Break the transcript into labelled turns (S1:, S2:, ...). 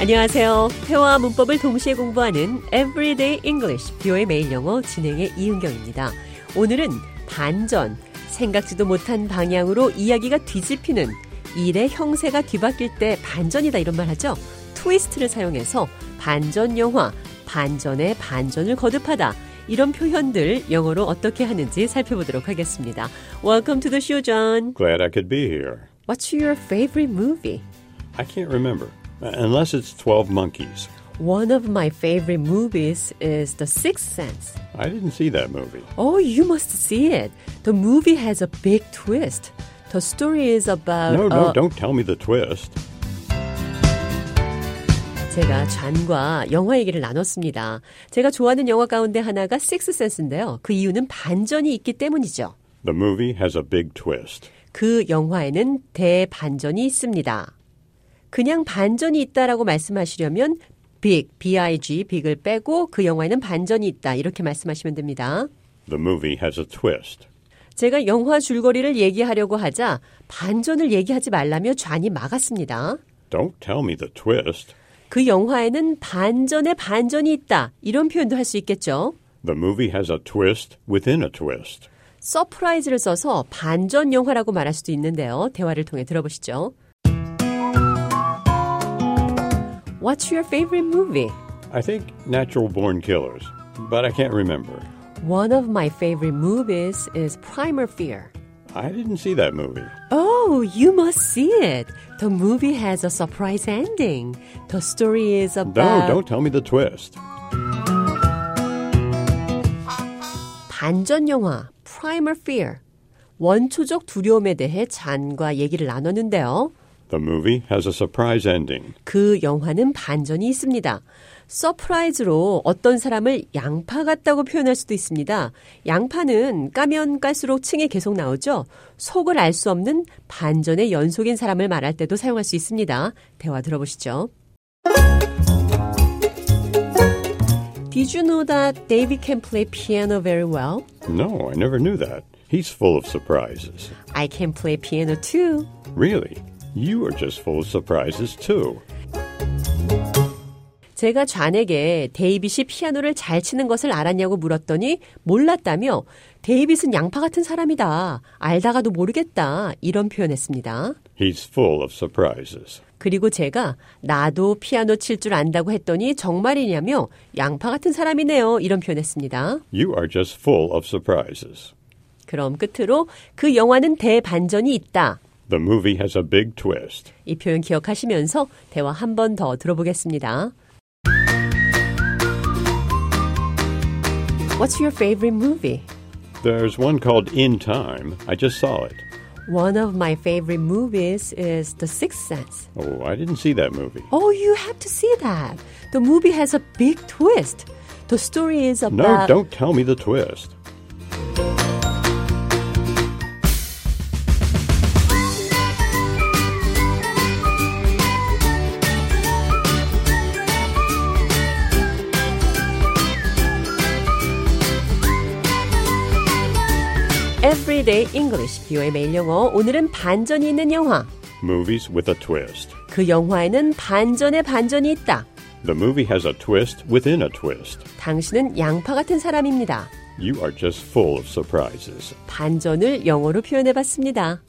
S1: 안녕하세요. 회화와 문법을 동시에 공부하는 Everyday English, 뷰의 매일 영어 진행의 이은경입니다. 오늘은 반전, 생각지도 못한 방향으로 이야기가 뒤집히는 일의 형세가 뒤바뀔 때 반전이다 이런 말 하죠. 트위스트를 사용해서 반전 영화, 반전의 반전을 거듭하다. 이런 표현들 영어로 어떻게 하는지 살펴보도록 하겠습니다. Welcome to the show, John.
S2: Glad I could be here.
S1: What's your favorite movie?
S2: I can't remember, unless it's 12 Monkeys.
S1: One of my favorite movies is The Sixth Sense.
S2: I didn't see that movie.
S1: Oh, you must see it. The movie has a big twist. The story is about 어,
S2: No,
S1: a-
S2: no, don't tell me the twist.
S1: 제가 잔과 영화 얘기를 나눴습니다. 제가 좋아하는 영화 가운데 하나가 Sixth Sense인데요. 그 이유는 반전이 있기 때문이죠.
S2: The movie has a big twist.
S1: 그 영화에는 대반전이 있습니다. 그냥 반전이 있다라고 말씀하시려면 big, big, big을 빼고 그 영화에는 반전이 있다 이렇게 말씀하시면 됩니다.
S2: The movie has a twist.
S1: 제가 영화 줄거리를 얘기하려고 하자 반전을 얘기하지 말라며 좌니 막았습니다.
S2: Don't tell me the twist.
S1: 그 영화에는 반전의 반전이 있다. 이런 표현도 할 수 있겠죠.
S2: The movie has a twist within a twist.
S1: 서프라이즈를 써서 반전 영화라고 말할 수도 있는데요. 대화를 통해 들어보시죠. What's your favorite movie?
S2: I think Natural Born Killers, but I can't remember.
S1: One of my favorite movies is Primer Fear.
S2: I didn't see that movie.
S1: Oh, you must see it. The movie has a surprise ending. The story is about
S2: No, don't tell me the twist.
S1: 반전 영화 Primer Fear 원초적 두려움에 대해 잔과 얘기를 나눴는데요.
S2: The movie has a surprise ending.
S1: 그 영화는 반전이 있습니다. 서프라이즈로 어떤 사람을 양파 같다고 표현할 수도 있습니다. 양파는 까면 깔수록 층에 계속 나오죠. 속을 알 수 없는 반전의 연속인 사람을 말할 때도 사용할 수 있습니다. 대화 들어보시죠. Did you know that David can play piano very well?
S2: No, I never knew that. He's full of surprises.
S1: I can play piano too.
S2: Really? You are just full of surprises, too.
S1: 제가 좌에게 데이빗이 피아노를 잘 치는 것을 알았냐고 물었더니 몰랐다며 데이빗은 양파 같은 사람이다. 알다가도 모르겠다. 이런 표현했습니다.
S2: He's full of surprises.
S1: 그리고 제가 나도 피아노 칠 줄 안다고 했더니 정말이냐며 양파 같은 사람이네요. 이런 표현했습니다.
S2: You are just full of surprises.
S1: 그럼 끝으로 그 영화는 대반전이 있다.
S2: The movie has a big twist.
S1: 이 표현 기억하시면서 대화 한 번 더 들어보겠습니다. What's your favorite movie?
S2: There's one called In Time. I just saw it.
S1: One of my favorite movies is The Sixth Sense.
S2: Oh, I didn't see that movie.
S1: Oh, you have to see that. The movie has a big twist. The story is
S2: No,
S1: about
S2: don't tell me the twist.
S1: Everyday English, 비오의 매일 영어. 오늘은 반전이 있는 영화.
S2: Movies with a twist.
S1: 그 영화에는 반전의 반전이 있다.
S2: The movie has a twist within a twist.
S1: 당신은 양파 같은 사람입니다.
S2: You are just full of surprises.
S1: 반전을 영어로 표현해 봤습니다.